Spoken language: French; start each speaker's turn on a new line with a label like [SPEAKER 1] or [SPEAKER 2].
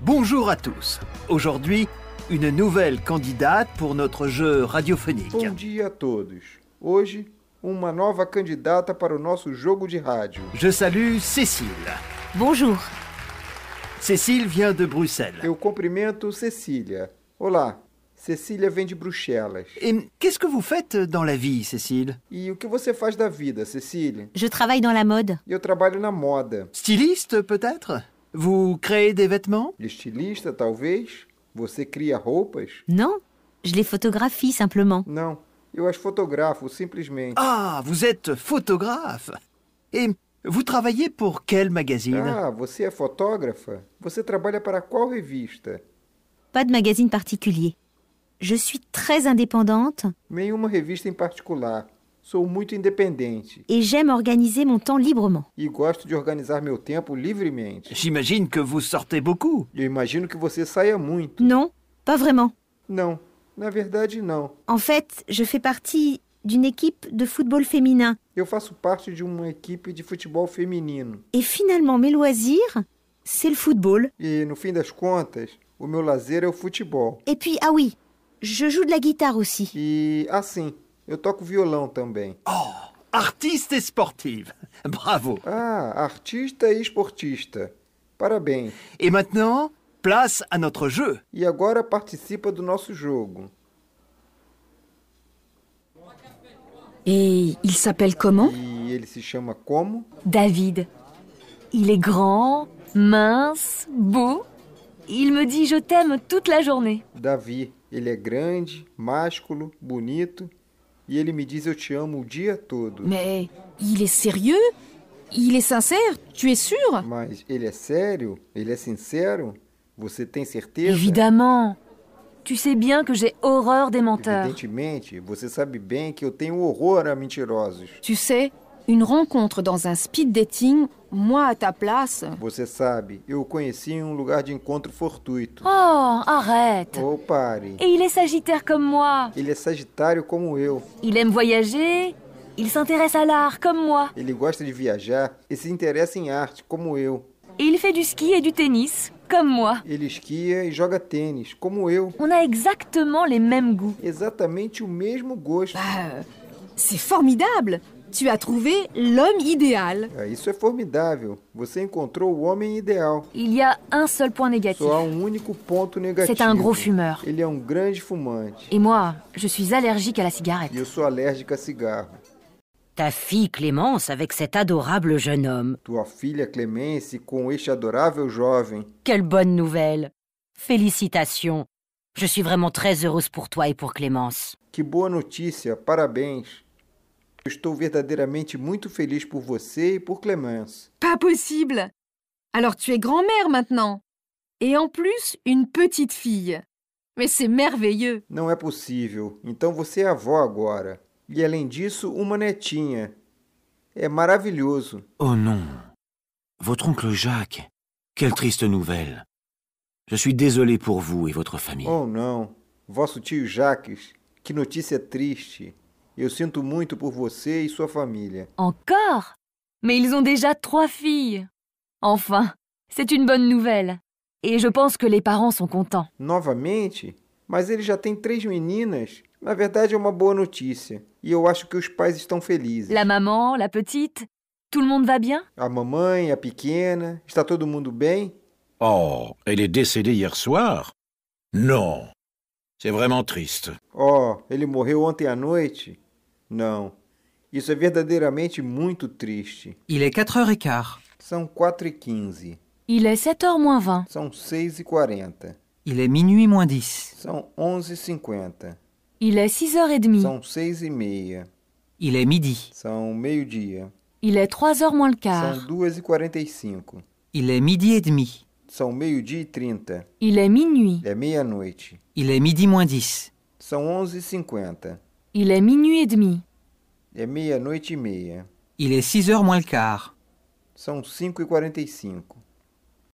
[SPEAKER 1] Bonjour à tous. Aujourd'hui, une nouvelle candidate pour notre jeu radiophonique.
[SPEAKER 2] Bom dia a todos. Hoje, uma nova candidata para o nosso jogo de rádio.
[SPEAKER 1] Je salue Cécile.
[SPEAKER 3] Bonjour.
[SPEAKER 1] Cécile vient de Bruxelles.
[SPEAKER 2] Eu cumprimento Cecília. Olá, Cecília vem de Bruxelas.
[SPEAKER 1] Et qu'est-ce que vous faites dans la vie, Cécile
[SPEAKER 2] E o que você faz da vida, Cecília?
[SPEAKER 3] Je travaille dans la mode.
[SPEAKER 2] Eu trabalho na moda.
[SPEAKER 1] Styliste peut-être Vous créez des vêtements
[SPEAKER 2] Estilista, talvez? Você cria roupas?
[SPEAKER 3] Non, je les photographie simplement.
[SPEAKER 2] Não, eu as fotografo simplesmente.
[SPEAKER 1] Ah, vous êtes photographe. Et vous travaillez pour quel magazine
[SPEAKER 2] Ah, você é fotógrafa? Você trabalha para qual revista?
[SPEAKER 3] Pas de magazine particulier. Je suis très indépendante
[SPEAKER 2] Nenhuma revista em particular. Sou muito independente
[SPEAKER 3] et j'aime organiser mon temps librement.
[SPEAKER 2] e gosto de organizar meu tempo livremente.
[SPEAKER 1] J'imagine que vous sortez beaucoup.
[SPEAKER 2] Eu imagino que você saia muito.
[SPEAKER 3] Non, pas vraiment.
[SPEAKER 2] Não, na verdade não.
[SPEAKER 3] En fait, je fais partie d'une équipe de football féminin.
[SPEAKER 2] Eu faço parte de uma equipe de futebol feminino
[SPEAKER 3] Et finalement, mes loisirs, c'est le football.
[SPEAKER 2] e, no fim das contas, o meu lazer é o futebol.
[SPEAKER 3] Et puis, ah oui, je joue de la guitare aussi.
[SPEAKER 2] E, assim, eu toco violão também.
[SPEAKER 1] Oh, artiste et sportive. Bravo.
[SPEAKER 2] Ah, artista e esportista. Parabéns.
[SPEAKER 1] Et maintenant, place à notre jeu.
[SPEAKER 2] E agora participa do nosso jogo.
[SPEAKER 4] Et il s'appelle comment
[SPEAKER 2] E ele se chama como?
[SPEAKER 4] David. Il est grand, mince, beau. Il me dit je t'aime toute la journée.
[SPEAKER 2] Davi. Ele é grande, másculo, bonito. E ele me diz eu te amo o dia todo.
[SPEAKER 4] Mais il est sérieux Il est sincère Tu es sûr
[SPEAKER 2] Mas ele é sério? Ele é sincero? Você tem certeza?
[SPEAKER 4] Évidemment. Tu sais bien que j'ai horreur des menteurs.
[SPEAKER 2] Evidentemente, você sabe bem que eu tenho horror a mentirosos.
[SPEAKER 5] Tu sais, une rencontre dans un speed dating, moi à ta place,
[SPEAKER 2] Você sabe, eu o conheci em um lugar de encontro fortuito.
[SPEAKER 4] Oh, arrête
[SPEAKER 2] Oh, pare.
[SPEAKER 4] Et il est sagittaire comme moi.
[SPEAKER 2] Ele é sagitário como eu.
[SPEAKER 4] Il aime voyager. Il s'intéresse à l'art comme moi.
[SPEAKER 2] Ele gosta de viajar e se interessa em arte como eu.
[SPEAKER 4] Et il fait du ski et du tennis comme moi.
[SPEAKER 2] Ele esquia e joga tênis como eu.
[SPEAKER 4] On a exactement les mêmes goûts.
[SPEAKER 2] Exatamente o mesmo gosto.
[SPEAKER 5] c'est formidable Tu as trouvé l'homme idéal.
[SPEAKER 2] Ah, Isso é formidável. Você encontrou o homem ideal.
[SPEAKER 4] Il y a un seul point
[SPEAKER 5] É
[SPEAKER 4] négatif.
[SPEAKER 2] Só há um único ponto negativo.
[SPEAKER 4] C'est un gros fumeur.
[SPEAKER 2] Ele é um grande fumante.
[SPEAKER 4] Et moi, je suis allergique à la cigarette.
[SPEAKER 2] E eu sou alérgica a cigarro.
[SPEAKER 6] Ta fille Clémence avec cet adorable jeune homme.
[SPEAKER 2] Tua filha Clemence com este adorável jovem.
[SPEAKER 6] Quelle bonne nouvelle. Félicitations. Je suis vraiment très heureuse pour toi et pour Clémence.
[SPEAKER 2] Que boa notícia, parabéns. Eu estou verdadeiramente muito feliz por você e por Clemence.
[SPEAKER 5] Pas possible Alors tu es grand-mère maintenant. Et en plus, une petite fille. Mais c'est merveilleux.
[SPEAKER 2] Não é possível. Então você é avó agora. E além disso, uma netinha. É maravilhoso.
[SPEAKER 7] Oh non. Votre oncle Jacques. Quelle triste nouvelle. Je suis désolé pour vous et votre famille.
[SPEAKER 2] Oh não, vosso tio Jaques, que notícia triste. Eu sinto muito por você e sua família.
[SPEAKER 4] Encore Mais ils ont déjà trois filles. Enfin, c'est une bonne nouvelle. Et je pense que les parents sont contents.
[SPEAKER 2] Novamente? Mas ele já tem três meninas. Na verdade, é uma boa notícia. E eu acho que os pais estão felizes.
[SPEAKER 4] La maman, la petite, tout le monde va bien
[SPEAKER 2] A mamãe, a pequena, está todo mundo bem?
[SPEAKER 8] Oh, elle est décédée hier soir Non. C'est vraiment triste.
[SPEAKER 2] Oh, ele morreu ontem à noite? Não. Isso é verdadeiramente muito triste.
[SPEAKER 9] Il est 4h15.
[SPEAKER 2] São 4h15.
[SPEAKER 4] Il est 7h moins 20.
[SPEAKER 2] São 6h40.
[SPEAKER 9] Il est minuit moins 10.
[SPEAKER 2] São 11h50.
[SPEAKER 4] Il est 6h30.
[SPEAKER 2] São 6h30.
[SPEAKER 9] Il est midi.
[SPEAKER 2] São meio-dia.
[SPEAKER 4] Il est 3h moins le
[SPEAKER 2] São
[SPEAKER 4] quart.
[SPEAKER 2] 2h45.
[SPEAKER 9] Ah. Il est midi et demi.
[SPEAKER 2] São meio-dia e 30.
[SPEAKER 4] Il est minuit.
[SPEAKER 2] É meia-noite.
[SPEAKER 9] Il est midi moins 10.
[SPEAKER 2] São 11h50.
[SPEAKER 4] Il est minuit et demi.
[SPEAKER 2] É meia-noite e meia.
[SPEAKER 9] Il est 6h moins le quart.
[SPEAKER 2] São 5h45.